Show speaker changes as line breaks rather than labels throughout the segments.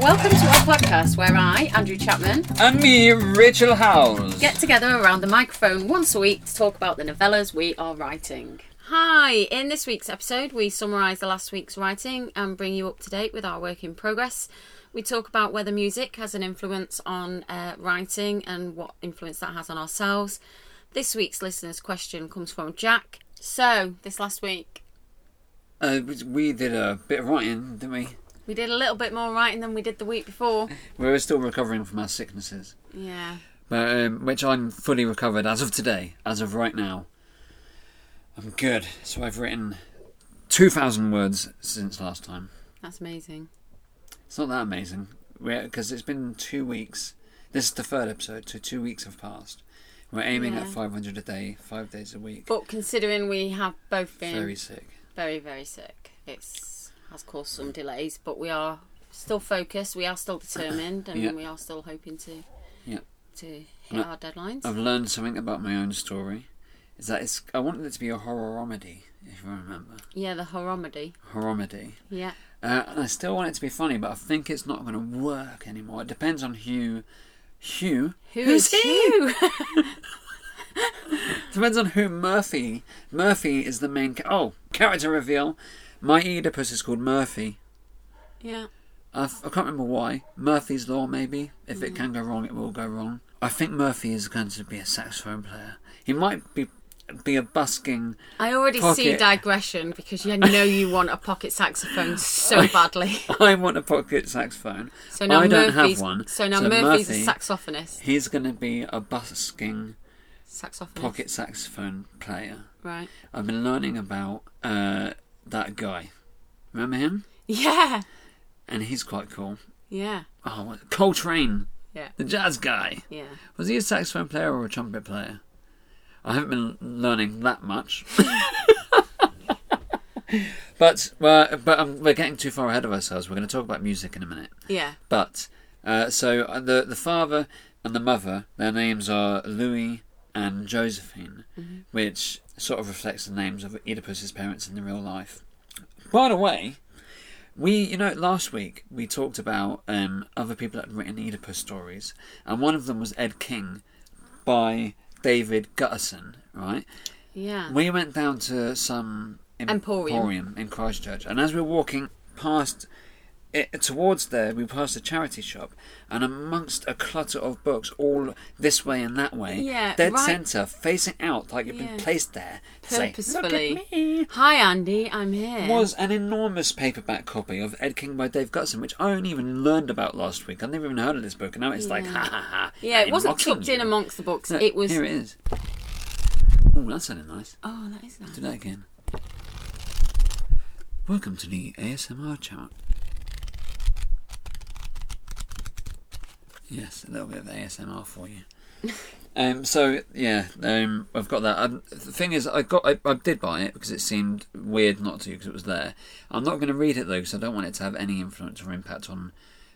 Welcome to our podcast where I, Andrew Chapman,
And me, Rachel Howes.
get together around the microphone once a week to talk about the novellas we are writing. Hi, in this week's episode, we summarise the last week's writing and bring you up to date with our work in progress. We talk about whether music has an influence on uh, writing and what influence that has on ourselves. This week's listener's question comes from Jack. So, this last week,
Uh, we- we did a bit of writing, didn't we?
we did a little bit more writing than we did the week before.
We were still recovering from our sicknesses,
Yeah.
but, um, which I'm fully recovered as of today, as of right now. I'm good. So I've written 2,000 words since last time.
That's amazing.
It's not that amazing because it's been two weeks. This is the third episode, so two weeks have passed. We're aiming at
Yeah.
500 a day, five days a week.
But considering we have both been
Very sick.
very very sick it's has caused some delays but we are still focused we are still determined and
Yeah.
we are still hoping to
Yeah.
to hit
No. Um,
our deadlines
I've learned something about my own story. Is that it's? I wanted it to be a horror comedy, if you remember.
yeah the horomedy
Horromedy.
yeah
Uh, and I still want it to be funny, but I think it's not going to work anymore. It depends on who, who,
who is you
Depends on who Murphy. Murphy is the main. Ca- oh, character reveal. My Oedipus is called Murphy.
yeah
I f- I can't remember why. Murphy's Law, maybe. If
Hmm.
it can go wrong, it will go wrong. I think Murphy is going to be a saxophone player. He might be be a busking.
I already see
Pocket.
digression because you know you want a pocket saxophone so badly.
I want a pocket saxophone.
So now
I don't
Murphy's
have one.
so now Murphy's
Murphy,
a saxophonist.
He's going to be a busking
Saxophonist.
pocket saxophone player.
Right.
I've been learning about uh, that guy. Remember him?
Yeah.
And he's quite cool.
Yeah.
Oh, what- Coltrane,
Yeah.
the jazz guy.
Yeah.
Was he a saxophone player or a trumpet player? I haven't been learning that much. but well, but um, we're getting too far ahead of ourselves. We're going to talk about music in a minute.
Yeah.
But uh, so uh, the the father and the mother, their names are Louis and Josephine, which sort of reflects the names of Oedipus's parents in the real life. By the way, we you know last week we talked about um, other people that had written Oedipus stories, and one of them was Ed King by David Gutterson, right?
Yeah.
We went down to some
Emporium.
in Christchurch, and as we were walking past it, towards there, we passed a charity shop, and amongst a clutter of books, all this way and that way,
Yeah,
dead
right-
centre, facing out, like you've been
Yeah.
placed there to say, "Look at
Purposefully.
me."
Hi Andy, I'm here.
Was an enormous paperback copy of Ed King by Dave Gutson, which I only even learned about last week. I never even heard of this book, and now it's like, ha ha ha.
Yeah, it
I'm
wasn't
mocking
tucked in
you.
amongst the books.
Look,
it was.
Here it is. Oh, that sounded nice.
Oh, that is nice.
Do that again. Welcome to the ASMR channel. Yes, a little bit of ASMR for you. um. So yeah. Um. I've got that. Um, the thing is, I got. I, I did buy it because it seemed weird not to because it was there. I'm not going to read it though because I don't want it to have any influence or impact on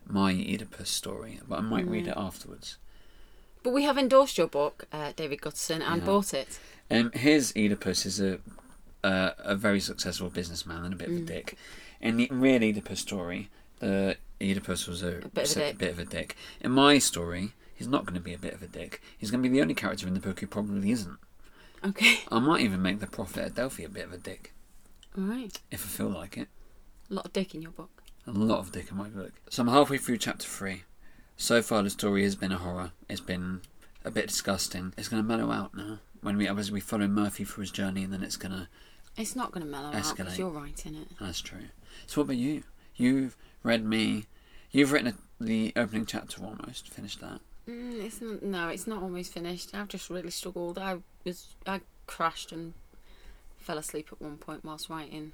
my Oedipus story. But I might read it afterwards.
But we have endorsed your book, uh, David Gutterson, and bought it.
Um, his Oedipus is a uh, a very successful businessman and a bit
Mm.
of a dick. In the real Oedipus story, the Oedipus was a,
bit of a dick.
of a dick. In my story, he's not going to be a bit of a dick. He's going to be the only character in the book who probably isn't.
Okay.
I might even make the prophet at Delphi a bit of a dick
All right.
if I feel like it.
A lot of dick in your book.
A lot of dick in my book. So I'm halfway through chapter three. So far, the story has been a horror. It's been a bit disgusting. It's going to mellow out now when we as we follow Murphy through his journey, and then it's going to
It's not going to mellow out because
Escalate.
you're writing it.
That's true. So what about you? You've read me. You've written a, the opening chapter almost. Finished that.
Mm, it's not, no, it's not almost finished. I've just really struggled. I was I crashed and fell asleep at one point whilst writing.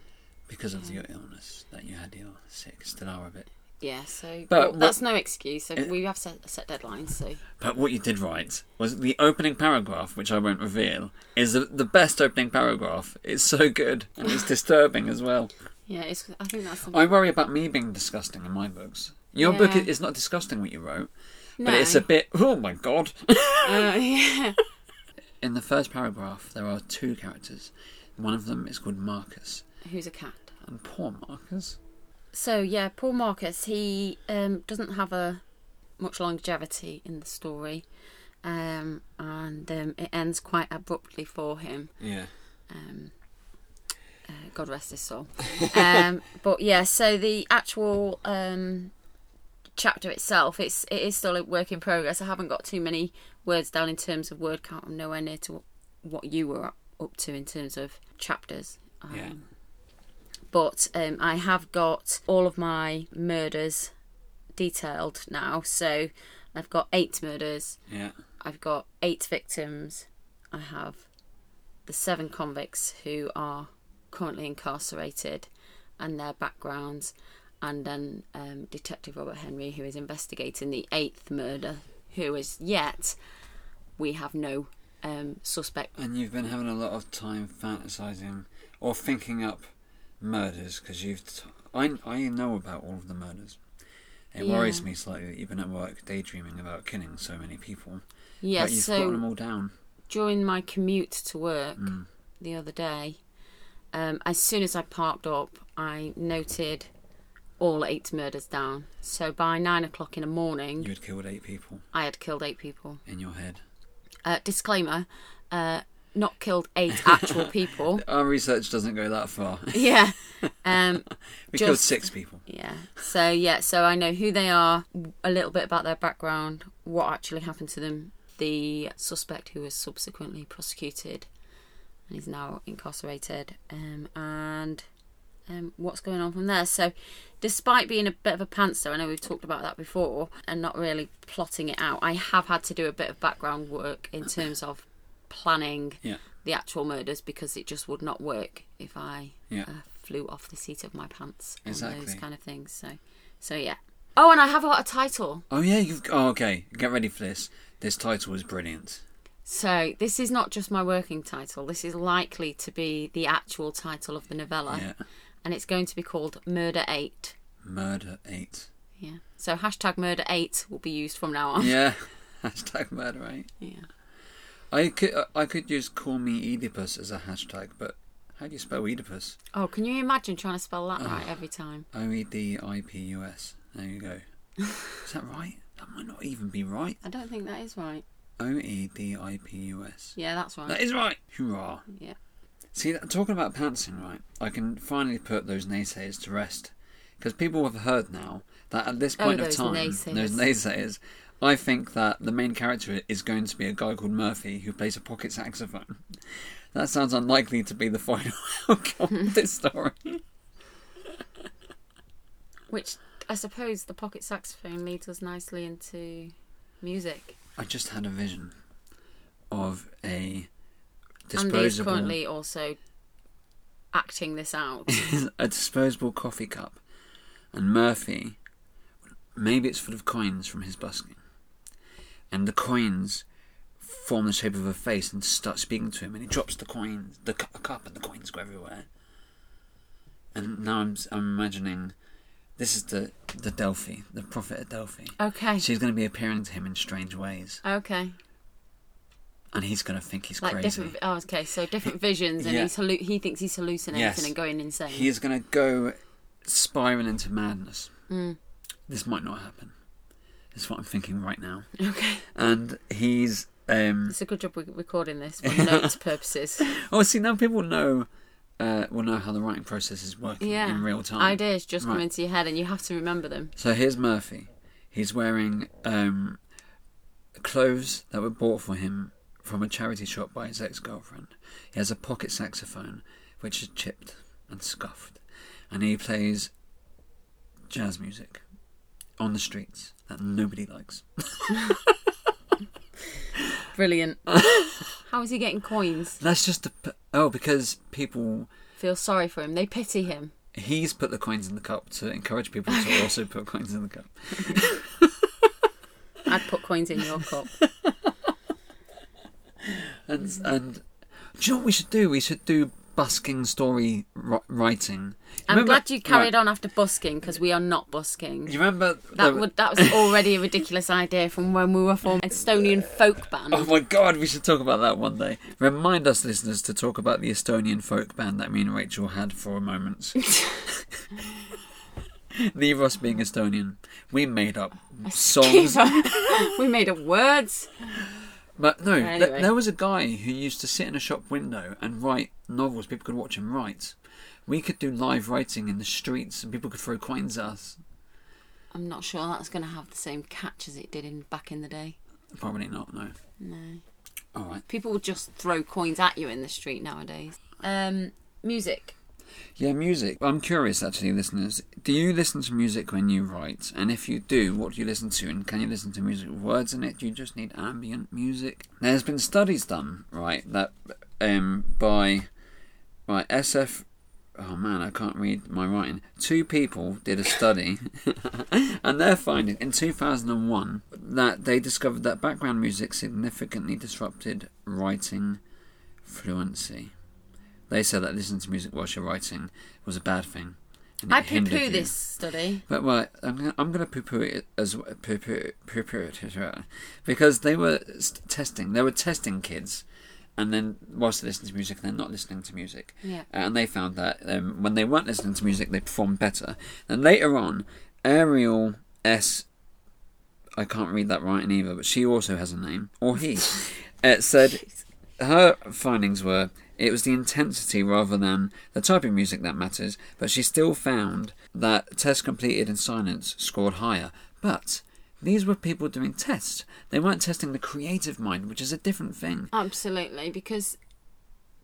Because of your illness that you had, you're sick, still are a bit.
Yeah, so
But
well,
what-
that's no excuse. So
It-
we have set, set deadlines. So
But what you did write was the opening paragraph, which I won't reveal, is the, the best opening paragraph. It's so good and it's disturbing as well.
yeah, it's, I think that's. the-
I worry about me being disgusting in my books. Your book
Yeah.
is it's not disgusting what you wrote,
no.
but it's a bit. Oh my god!
Uh, yeah.
in the first paragraph, there are two characters. One of them is called Marcus,
Who's a cat?
and poor Marcus.
So yeah, Paul Marcus. He um, doesn't have a much longevity in the story, um, and um, it ends quite abruptly for him.
Yeah.
um, uh, God rest his soul. um, but yeah, so the actual um, chapter itself, it's it is still a work in progress. I haven't got too many words down in terms of word count. I'm nowhere near to what you were up- up to in terms of chapters. Um,
Yeah.
But um, I have got all of my murders detailed now. So I've got eight murders.
Yeah.
I've got eight victims. I have the seven convicts who are currently incarcerated and their backgrounds, and then um, Detective Robert Henry, who is investigating the eighth murder, who is yet we have no um, suspect.
And you've been having a lot of time fantasizing or thinking up murders because you've. T- I, I know about all of the murders. It
Yeah.
worries me slightly that you've been at work daydreaming about killing so many people.
Yeah,
but you've
so
gotten them all down.
during my commute to work the other day, um, as soon as I parked up, I noted all eight murders down. So by nine o'clock in the morning,
You had killed eight people
I had killed eight people.
in your head.
Uh, disclaimer: uh, not killed eight actual people.
Our research doesn't go that far.
Yeah. Um,
we killed
Just-
six people.
yeah. So yeah. So I know who they are, a little bit about their background, what actually happened to them, the suspect who was subsequently prosecuted, and is now incarcerated, um, and um, what's going on from there. So, despite being a bit of a pantser, I know we've talked about that before, and not really plotting it out, I have had to do a bit of background work in terms of planning
Yeah.
the actual murders because it just would not work if I
Yeah.
uh, flew off the seat of my pants on those
Exactly.
kind of things. So, so yeah. Oh, and I have got a title.
Oh, yeah, you've. Oh, okay. Get ready for this. This title is brilliant.
So this is not just my working title. This is likely to be the actual title of the novella,
Yeah.
and it's going to be called Murder Eight.
Murder eight.
Yeah. So hashtag Murder Eight will be used from now on.
Yeah. Hashtag murder eight.
Yeah.
I could uh, I could use "call me Oedipus" as a hashtag, but how do you spell Oedipus?
Oh, can you imagine trying to spell that right every time?
O e d i p u s. There you go. Is that right? That might not even be right.
I don't think that is right.
O e d i p u s.
Yeah, that's right.
That is right. Hurrah!
Yeah.
See, that- talking about pantsing, right? I can finally put those naysayers to rest because people have heard now that at this
Oh,
point of
those
time,
naysayers.
those naysayers. I think that the main character is going to be a guy called Murphy who plays a pocket saxophone. That sounds unlikely to be the final outcome of this story.
Which I suppose the pocket saxophone leads us nicely into music.
I just had a vision of a
Andy is
disposable
currently also acting this out.
a disposable coffee cup, and Murphy, maybe it's full of coins from his busking, and the coins form the shape of a face and start speaking to him, and he drops the coins, the cu- cup, and the coins go everywhere. And now I'm, s- I'm imagining, this is the the Delphi, the prophet at Delphi.
okay.
She's going to be appearing to him in strange ways,
Okay.
and he's going to think he's
Like
crazy.
different. Oh, okay. So different visions, and
Yeah.
he's hallu- he thinks he's hallucinating
Yes.
and going insane.
He is going to go spiraling into madness.
Mm.
This might not happen. That's what I'm thinking right now.
Okay.
And he's. Um,
It's a good job we're recording this for notes purposes.
oh, see, now people know. Uh, will know how the writing process is working
Yeah.
in real time.
Ideas just come
Right.
into your head, and you have to remember them.
So here's Murphy. He's wearing um, clothes that were bought for him from a charity shop by his ex girlfriend. He has a pocket saxophone, which is chipped and scuffed, and he plays jazz music on the streets that nobody likes.
Brilliant. How is he getting coins?
That's just the. p- Oh, because people.
Feel sorry for him. They pity him.
He's put the coins in the cup to encourage people to also put coins in the cup.
I'd put coins in your cup.
And and do you know what we should do? We should do busking story wri- writing.
I'm
Remember-
glad you carried
right.
on after busking because we are not busking.
You remember
That
the-
would that was already a ridiculous idea from when we were from Estonian folk band.
Oh my god, we should talk about that one day. Remind us, listeners, to talk about the Estonian folk band that me and Rachel had for a moment. Leros being Estonian. We made up
Jeez,
songs.
I- we made up words.
But no, th-
Anyway.
there was a guy who used to sit in a shop window and write novels. People could watch him write. We could do live writing in the streets and people could throw coins at us.
I'm not sure that's going to have the same catch as it did in back in the day.
Probably not, no.
No.
All right.
People would just throw coins at you in the street nowadays. Um, music.
Yeah, music. I'm curious actually, listeners. Do you listen to music when you write? And if you do, what do you listen to? And can you listen to music with words in it? Do you just need ambient music? There's been studies done, right, that um by by SF Oh man, I can't read my writing. Two people did a study, and their finding in 2001 that they discovered that background music significantly disrupted writing fluency. They said that listening to music whilst you're writing was a bad thing. and it
I poo
hindered
poo
you.
this study.
But well, I'm gonna, I'm gonna poo poo it as poo poo poo poo it as well. because they were st- testing. They were testing kids, and then whilst they listening to music, and they're not listening to music. Uh,
Yeah.
And they found that um, when they weren't listening to music, they performed better. And later on, Ariel S. I can't read that writing either, but she also has a name, or he. uh, said her findings were it was the intensity rather than the type of music that matters, but she still found that tests completed in silence scored higher. But these were people doing tests. They weren't testing the creative mind, which is a different thing.
Absolutely, because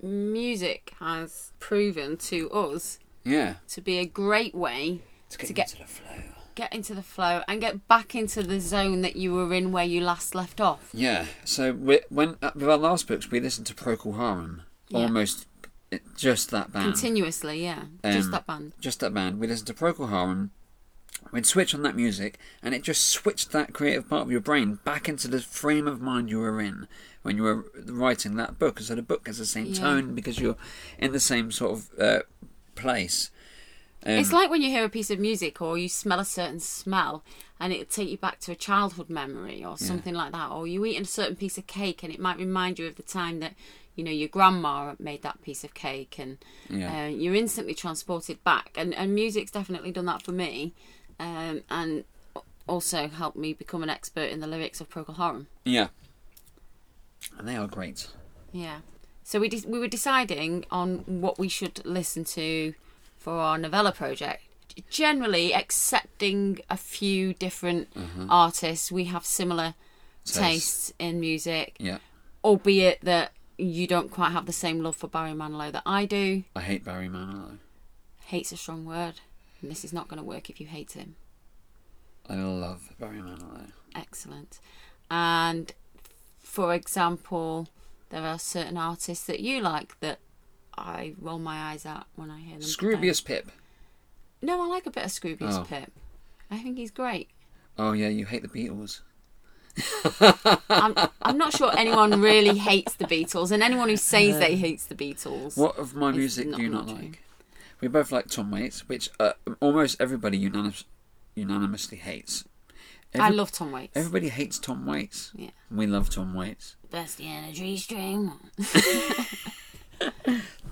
music has proven to us
Yeah.
to be a great way
To get,
To get-
into the flow.
get into the flow and get back into the zone that you were in where you last left off.
Yeah. So we, when uh, with our last books, we listened to Procol Harum,
Yeah.
almost uh, just that band.
Continuously, yeah. Just
Um,
that band.
just that band. We listened to Procol Harum. We'd switch on that music, and it just switched that creative part of your brain back into the frame of mind you were in when you were writing that book. And so the book has the same
Yeah.
tone because you're in the same sort of uh, place. Um,
It's like when you hear a piece of music or you smell a certain smell and it'll take you back to a childhood memory or something like that. Or you eat a certain piece of cake and it might remind you of the time that, you know, your grandma made that piece of cake and
Yeah.
uh, you're instantly transported back. And, and music's definitely done that for me um, and also helped me become an expert in the lyrics of Procol Harum.
yeah, and they are great.
Yeah. So we de- we were deciding on what we should listen to for our novella project. Generally, excepting a few different artists, we have similar
Tastes.
tastes in music,
Yeah,
albeit that you don't quite have the same love for Barry Manilow that I do.
I hate Barry Manilow.
Hate's a strong word, and this is not going to work if you hate him.
I love Barry Manilow.
Excellent. And for example, there are certain artists that you like that I roll my eyes at when I hear them. play.
Scroobius Pip.
No, I like a bit of Scroobius
Oh.
Pip. I think he's great.
Oh yeah, you hate the Beatles.
I'm, I'm not sure anyone really hates the Beatles, and anyone who says they hates the Beatles.
What of my
It's
music
not
do you not
much, eh?
like? We both like Tom Waits, which uh, almost everybody unanimous, unanimously hates.
I
Every-
love Tom Waits.
Everybody hates Tom Waits.
Yeah.
We love Tom Waits.
That's the energy string.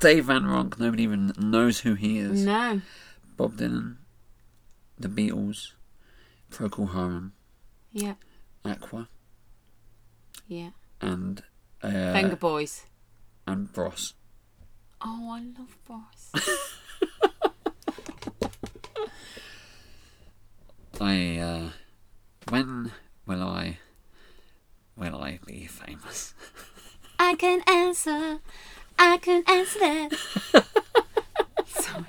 Dave Van Ronk, nobody even knows who he is.
No.
Bob Dylan, The Beatles, Procol Harum,
Yeah.
Aqua,
Yeah.
and uh,
Venga Boys.
and Bros.
Oh, I love Boris.
I uh, when will I will I be famous?
I can answer. I can answer that. Sorry.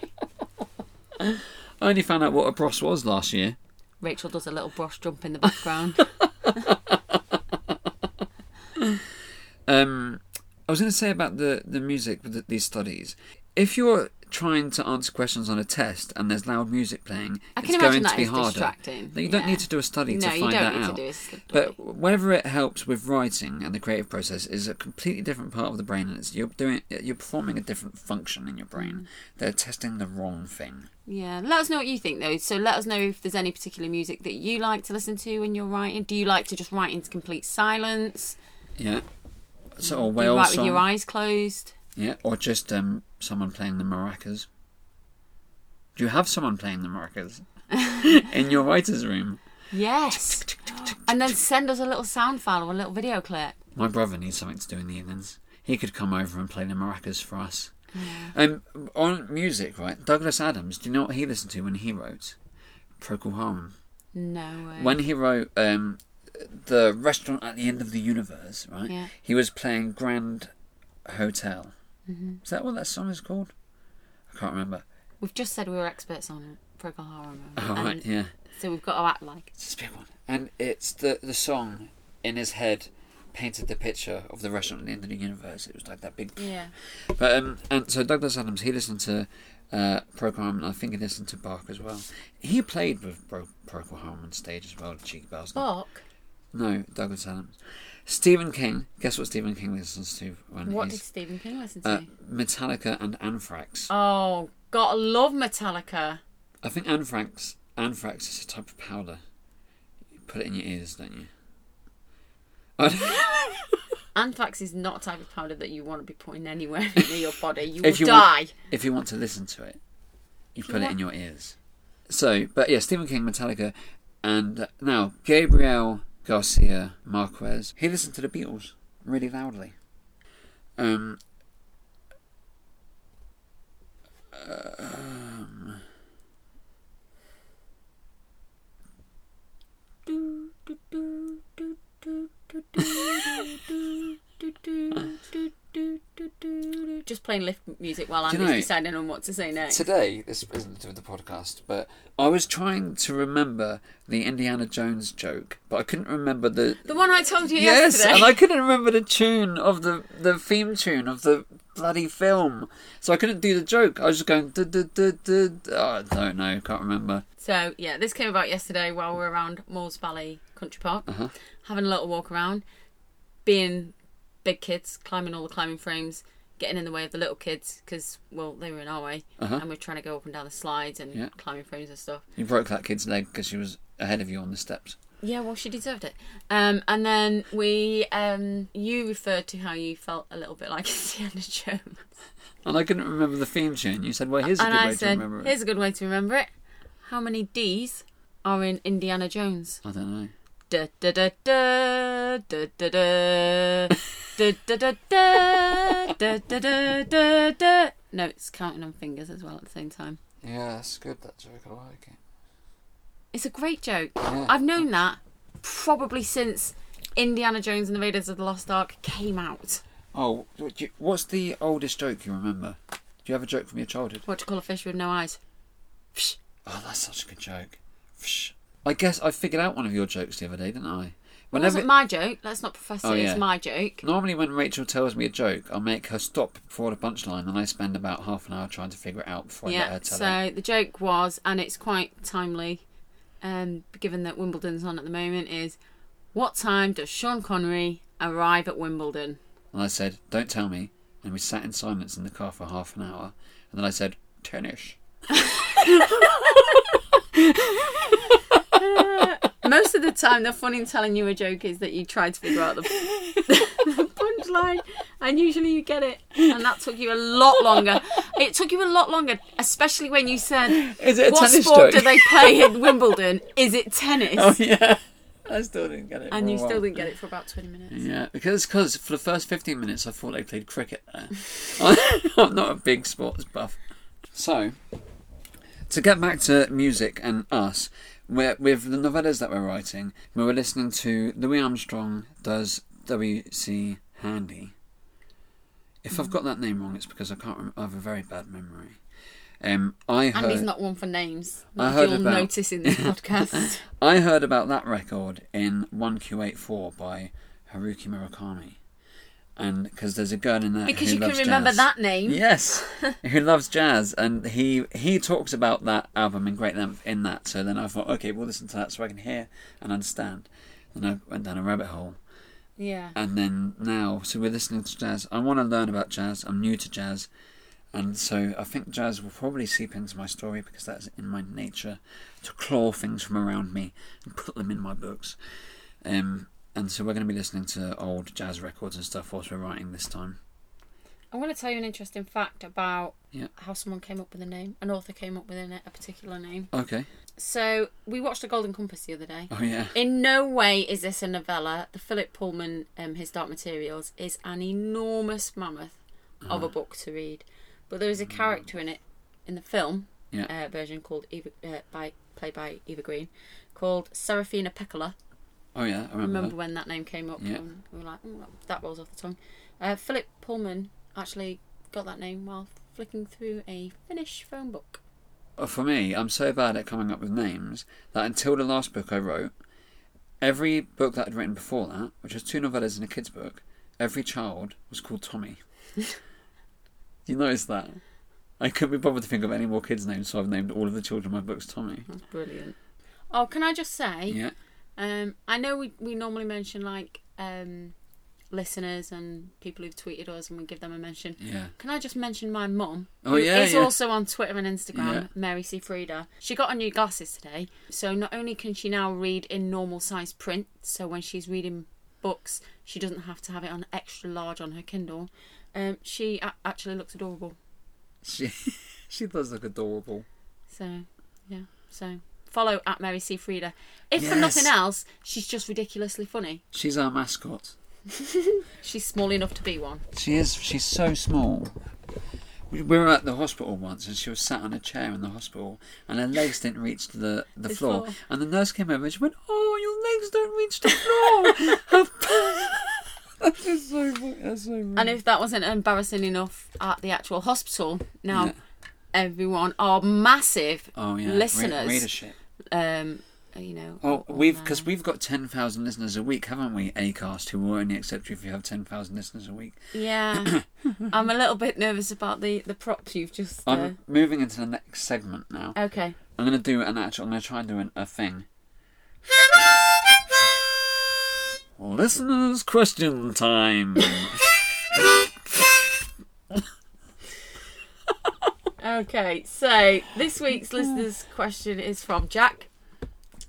I only found out what a Bros was last year.
Rachel does a little brush jump in the background.
Um, I was going to say about the, the music with the, these studies. If you're trying to answer questions on a test and there's loud music playing,
I
it's
can
going
imagine
to
that
be
is
harder.
distracting.
You don't
Yeah.
need to do a study to
No,
find
you
that
don't need to
out.
do a study.
But whether it helps with writing and the creative process is a completely different part of the brain, and it's you're doing you're performing a different function in your
Mm.
brain. They're testing the wrong thing.
Yeah, let us know what you think though. So let us know if there's any particular music that you like to listen to when you're writing. Do you like to just write into complete silence?
Yeah. So or
Do you
whale
write
song.
with your eyes closed?
Yeah. Or just um, someone playing the maracas. Do you have someone playing the maracas? in your writer's room.
Yes. and then send us a little sound file or a little video clip.
My brother needs something to do in the evenings. He could come over and play the maracas for us. Um, on music, right? Douglas Adams. Do you know what he listened to when he wrote Procol Harum?
No way.
When he wrote um, the restaurant at the end of the universe, right?
Yeah.
He was playing Grand Hotel.
Mm-hmm.
Is that what that song is called? I can't remember.
We've just said we were experts on Procol Harum.
Oh, right,
and
yeah.
So we've got to act like.
It's a big one. And it's the the song in his head painted the picture of the restaurant at the end of the universe. It was like that big.
Yeah.
But um, and so Douglas Adams, he listened to uh, Procol Harum, and I think he listened to Bach as well. He played with Bro- Procol Harum on stage as well. Cheeky bastard.
Bach.
No, Douglas Adams. Stephen King. Guess what Stephen King listens to when
What did
he's
Stephen King listen to?
uh, Metallica and Anthrax.
oh, gotta love Metallica.
I think Anthrax. Anthrax is a type of powder. You put it in your ears, don't you? I don't-
Anthrax is not a type of powder that you want to be putting anywhere near your body. You will
If you
die.
want- if you want to listen to it, you put it
want-
in your ears. So, but yeah, Stephen King, Metallica, and uh, now Gabriel Garcia Marquez. He listened to the Beatles really loudly. Um. um,
Just playing lift music while
Do you
Andy's
know-
deciding on what to say next.
today, this isn't to do with the podcast, but I was trying to remember the Indiana Jones joke, but I couldn't remember the
The one I told you
Yes,
yesterday.
and I couldn't remember the tune of the the theme tune of the bloody film, so I couldn't do the joke. I was just going, duh, duh, duh, duh, duh. oh, I don't know, can't remember.
So yeah, this came about yesterday while we were around Moores Valley Country Park,
Uh-huh.
having a little walk around, being big kids, climbing all the climbing frames, getting in the way of the little kids because well they were in our way,
Uh-huh.
and we are trying to go up and down the slides and
Yeah.
climbing frames and stuff.
You broke that kid's leg because she was ahead of you on the steps.
Yeah, well she deserved it. Um, and then we, um, you referred to how you felt a little bit like Indiana Jones,
And I couldn't remember the theme tune. You said, "Well, here's a
and
good
I
way
said,
to remember it."
"Here's a good way to remember it. How many D's are in Indiana Jones?"
I don't know.
da da da da da da da da da da da da da da da da no it's counting on fingers as well at the same time
Yeah, that's good. That joke, I like it.
it's a great joke
Yeah.
i've known that probably since indiana jones and the raiders of the lost ark came out
Oh, what do you- what's the oldest joke you remember? Do you have a joke from your childhood?
what to call a fish with no eyes Psh,
Oh, that's such a good joke. Psh. I guess I figured out one of your jokes the other day, didn't I?
it wasn't my joke let's not profess it
Oh, yeah.
it's my joke
Normally, when Rachel tells me a joke, I make her stop before the punchline, and I spend about half an hour trying to figure it out before I let
yeah
her tell it.
so the joke was and it's quite timely um, given that wimbledon's on at the moment is what time does sean connery arrive at wimbledon
And I said, "Don't tell me." And we sat in silence in the car for half an hour, and then I said, "Tennis."
most of the time the fun in telling you a joke is that you try to figure out the, the punchline and usually you get it and that took you a lot longer it took you a lot longer especially when you said
Is it a
what
tennis
sport
joke?
do they play in wimbledon is it tennis
Oh yeah, Oh, I still didn't get it.
and
for
you
a
still
while.
didn't get it for about 20 minutes
Yeah, because cause for the first 15 minutes I thought they played cricket there. I'm not a big sports buff. So, to get back to music and us, we're, with the novellas that we're writing, we were listening to Louis Armstrong does W.C. Handy. If
Hmm.
I've got that name wrong, it's because I can't. Rem- I have a very bad memory. Um, I heard.
and he's not one for names
I
as
heard
you'll
about-
notice in this podcast
I heard about that record in 1Q84 by Haruki Murakami. And because there's a girl in there
because
who
you can
loves
remember
jazz.
that name
Yes, who loves jazz, and he he talks about that album in great length in that. So then I thought, okay, we'll listen to that so I can hear and understand. And I went down a rabbit hole,
yeah
and then now, so we're listening to jazz. I want to learn about jazz. I'm new to jazz, and so I think jazz will probably seep into my story because that's in my nature to claw things from around me and put them in my books. Um, and so we're going to be listening to old jazz records and stuff whilst we're writing this time.
I want to tell you an interesting fact about
Yeah.
how someone came up with a name. An author came up with a, a particular name.
Okay.
So we watched The Golden Compass the other day.
Oh yeah.
In no way is this a novella. The Philip Pullman, um, his Dark Materials, is an enormous mammoth of
Uh-huh.
a book to read. But there is a character in it, in the film
Yeah.
uh, version called Eva, uh, by played by Eva Green, called Serafina Piccola.
Oh yeah. I remember.
remember when that name came up
Yeah.
and we were like, "Mm, that- that rolls off the tongue. Uh, Philip Pullman actually got that name while flicking through a Finnish phone book.
That. Uh, For me, I'm so bad at coming up with names that until the last book I wrote, every book that I'd written before that, which was two novellas and a kids' book, every child was called Tommy. you notice that? I couldn't be bothered to think of any more kids' names, so I've named all of the children in my books Tommy.
That's brilliant. Oh, can I just say,
Yeah.
um, I know we, we normally mention like um, listeners and people who've tweeted us and we give them a mention.
Yeah.
Can I just mention my mum?
Oh,
who
yeah,
is
yeah.
also on Twitter and Instagram,
Yeah.
Mary C. Frieda. She got her new glasses today, so not only can she now read in normal size print, so when she's reading books, she doesn't have to have it on extra large on her Kindle. Um, she a- actually looks adorable.
She she does look adorable.
So, yeah. So follow at Mary C. Frieda. If for
Yes.
nothing else, she's just ridiculously funny.
She's our mascot.
She's small enough to be one.
She is. She's so small. We we were at the hospital once, and she was sat on a chair in the hospital, and her legs didn't reach the, the floor.
floor.
And the nurse came over, and she went, "Oh, your legs don't reach the floor." Her pa- that's so. ru- That's so. rude.
And if that wasn't embarrassing enough at the actual hospital, now
Yeah.
everyone our massive
Oh yeah, re-
listeners,
readership.
um, you know.
Oh,
are
we've
on
because
there.
we've got ten thousand listeners a week, haven't we? Acast, who will only accept you if you have ten thousand listeners a week.
yeah, I'm a little bit nervous about the the props you've just. Uh,
I'm moving into the next segment now.
okay.
I'm gonna do an actual. I'm gonna try and do an, a thing. Listeners, question time.
Okay, so this week's listeners' question is from Jack.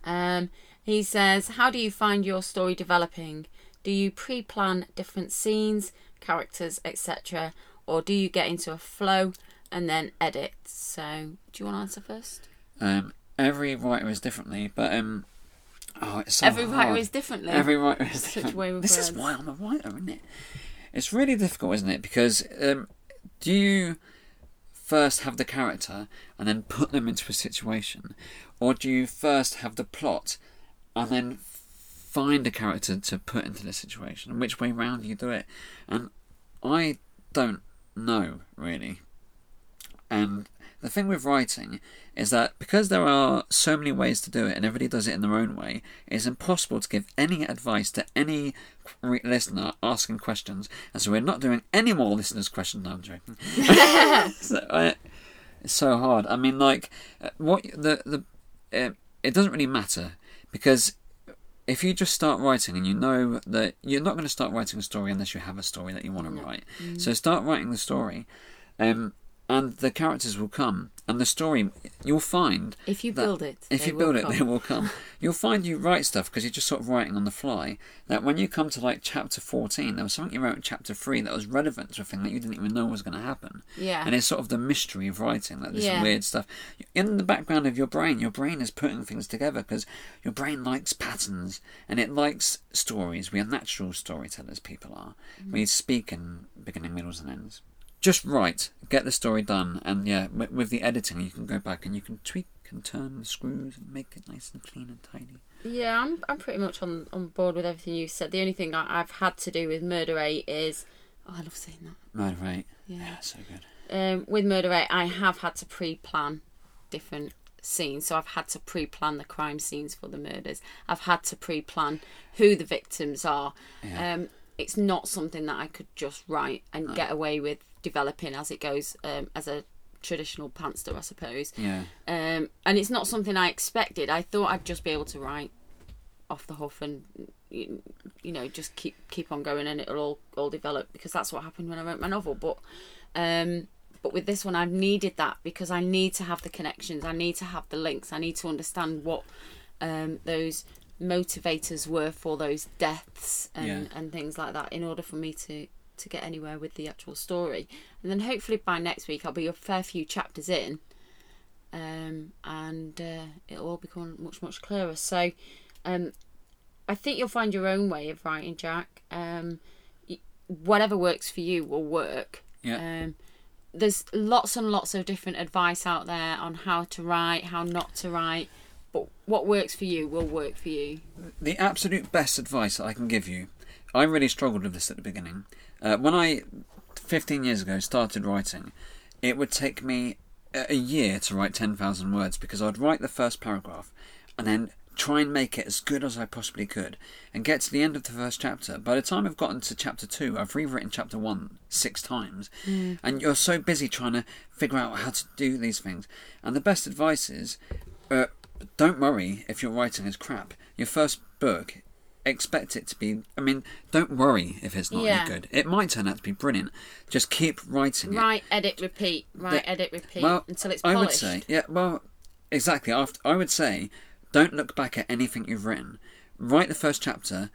Um, he says, "How do you find your story developing? Do you pre-plan different scenes, characters, etc., or do you get into a flow and then edit?" So, do you want to answer first?
um, every writer is differently, but um, oh, it's so
Every writer
hard.
is differently.
Every writer is
a
different.
way with
this is
words.
why I'm a writer, isn't it? It's really difficult, isn't it? Because um, do you first have the character and then put them into a situation, or do you first have the plot and then find a character to put into the situation? And which way round do you do it? And I don't know really. And the thing with writing is that because there are so many ways to do it and everybody does it in their own way, it's impossible to give any advice to any re- listener asking questions. And so we're not doing any more listeners' questions. No, I'm joking. so, uh, it's so hard. I mean, like, uh, what the the uh, it doesn't really matter because if you just start writing and you know that you're not going to start writing a story unless you have a story that you want to write,
Mm.
so start writing the story, um, and the characters will come, and the story you'll find
If you
that-
build it,
If
they
you build
will
it, they
come.
will come. You'll find you write stuff because you're just sort of writing on the fly. That when you come to like chapter fourteen, there was something you wrote in chapter three that was relevant to a thing that you didn't even know was going to happen.
Yeah.
And it's sort of the mystery of writing, like this
Yeah.
weird stuff. In the background of your brain, your brain is putting things together because your brain likes patterns and it likes stories. We are natural storytellers, people are.
Mm-hmm.
We speak in beginning, middles, and ends. Just write, get the story done, and yeah, with, with the editing, you can go back and you can tweak and turn the screws and make it nice and clean and tidy.
Yeah, I'm I'm pretty much on on board with everything you said. The only thing I, I've had to do with Murder Eight is, oh, I love saying that.
Murder right.
Yeah.
yeah, so good.
um, with Murder Eight, I have had to pre-plan different scenes. So I've had to pre-plan the crime scenes for the murders. I've had to pre-plan who the victims are. Um, it's not something that I could just write and get away with developing as it goes um, as a traditional panster, I suppose.
Yeah.
Um, and it's not something I expected. I thought I'd just be able to write off the huff and you, you know just keep keep on going and it'll all all develop because that's what happened when I wrote my novel. But um, but with this one, I've needed that because I need to have the connections. I need to have the links. I need to understand what um, those motivators were for those deaths and,
Yeah.
and things like that in order for me to to get anywhere with the actual story. And then hopefully by next week I'll be a fair few chapters in, um, and uh, it'll all become much much clearer. So, um, I think you'll find your own way of writing, Jack. Um, y- whatever works for you will work.
Yeah.
Um, there's lots and lots of different advice out there on how to write, how not to write, but what works for you will work for you.
the absolute best advice that I can give you. I really struggled with this at the beginning. Uh, when I, 15 years ago, started writing, it would take me a a year to write 10,000 words because I'd write the first paragraph and then try and make it as good as I possibly could and get to the end of the first chapter. By the time I've gotten to chapter two, I've rewritten chapter one six times, and you're so busy trying to figure out how to do these things. And the best advice is uh, don't worry if your writing is crap. Your first book, expect it to be. I mean, don't worry if it's not any
Yeah.
good. It might turn out to be brilliant. Just keep writing it.
Write, edit, repeat. Write,
The-
edit, repeat
Well,
until it's
I
polished.
would say, yeah, well, exactly. After, I would say, don't look back at anything you've written. Write the first chapter.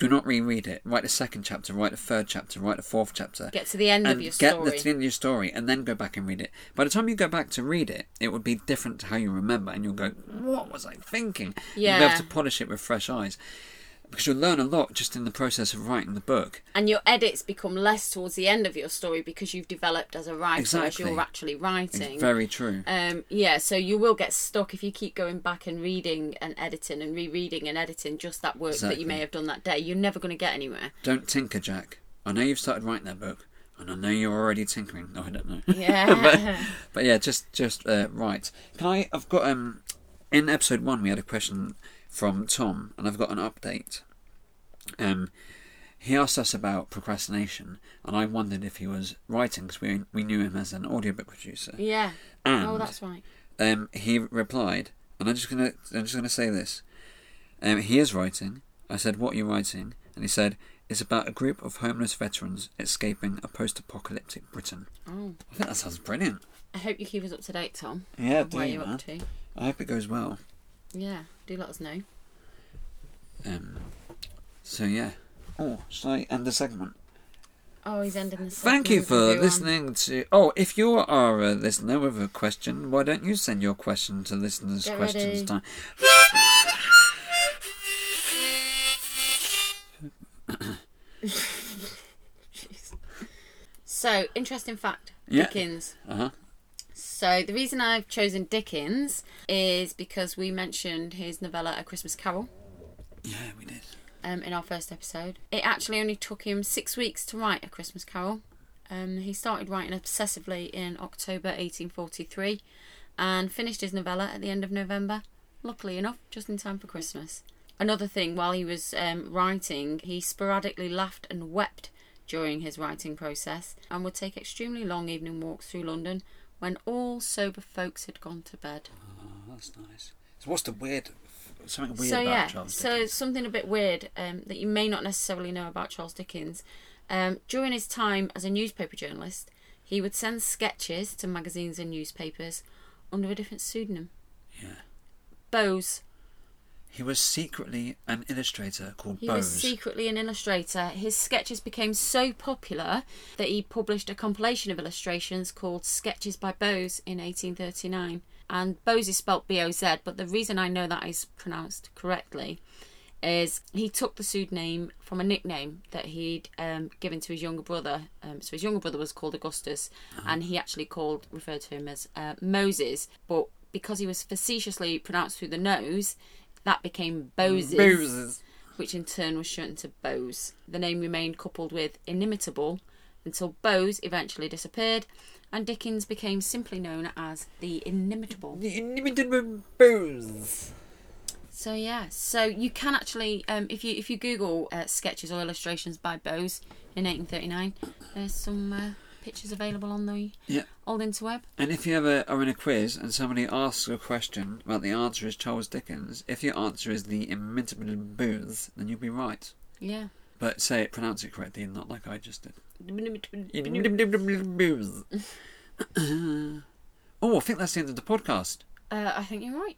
Do not reread it. Write the second chapter. Write the third chapter. Write the fourth chapter.
Get to the end
and
of your
get
story.
the end of your story, and then go back and read it. By the time you go back to read it, it would be different to how you remember, and you'll go, "What was I thinking?" You'll be
Yeah.
able to polish it with fresh eyes, because you'll learn a lot just in the process of writing the book.
and your edits become less towards the end of your story because you've developed as a writer as
Exactly.
you're actually writing.
Very true.
Um, yeah, so you will get stuck if you keep going back and reading and editing and rereading and editing just that work that you may
Exactly.
have done that day. You're never going to get anywhere.
Don't tinker, Jack. I know you've started writing that book, and I know you're already tinkering. No, I don't know.
Yeah.
But yeah, just just uh, right. Can I? I've got um. In episode one, we had a question from Tom, and I've got an update. Um, he asked us about procrastination, and I wondered if he was writing because we we knew him as an audiobook producer.
yeah.
And
oh, that's right.
um, he replied, and I'm just gonna I'm just gonna say this. Um, he is writing. I said, "What are you writing?" And he said, "It's about a group of homeless veterans escaping a post-apocalyptic Britain."
Oh,
I think that sounds brilliant.
I hope you keep us up to date, Tom.
Yeah,
on where you're up to?
I hope it goes well.
Yeah, do let us know.
Um, so yeah. Oh, shall I end the segment?
Oh, he's ending this.
Thank you for
um,
listening to. Oh, if you are a listener with a question, why don't you send your question to listeners'
Get
questions
ready.
time?
So, interesting fact.
Yeah.
Dickens.
Uh huh.
So the reason I've chosen Dickens is because we mentioned his novella A Christmas Carol
Yeah, we did.
um, in our first episode. It actually only took him six weeks to write A Christmas Carol. Um, he started writing obsessively in October 1843 and finished his novella at the end of November, luckily enough, just in time for Christmas. Another thing, while he was um, writing, he sporadically laughed and wept during his writing process and would take extremely long evening walks through London when all sober folks had gone to bed.
Oh, that's nice. So what's the weird? Something weird
so
about
yeah,
Charles
so
Dickens?
something a bit weird um, that you may not necessarily know about Charles Dickens. Um, during his time as a newspaper journalist, he would send sketches to magazines and newspapers under a different pseudonym.
Yeah.
Bose.
He was secretly an illustrator called
He was
Bose.
secretly an illustrator. His sketches became so popular that he published a compilation of illustrations called Sketches by Bose in 1839. And Bose is spelt B O Z, but the reason I know that is pronounced correctly is he took the pseudonym from a nickname that he'd um, given to his younger brother. Um, so his younger brother was called Augustus, and he actually called referred to him as uh, Moses. But because he was facetiously pronounced through the nose, that became Boses
Boses.
which in turn was shortened to Bose. The name remained coupled with inimitable until Bose eventually disappeared and Dickens became simply known as the inimitable.
Bose.
So yeah, so you can actually um, if you if you google uh, sketches or illustrations by Bose in 1839, there's some uh, pictures available on the
Yeah.
old interweb.
And if you ever are in a quiz and somebody asks a question about the answer is Charles Dickens, if your answer is the inimitable Booth, then you'll be right.
Yeah.
But say it, pronounce it correctly, and not like I just did. Booth. oh, I think that's the end of the podcast.
Uh, I think you're right.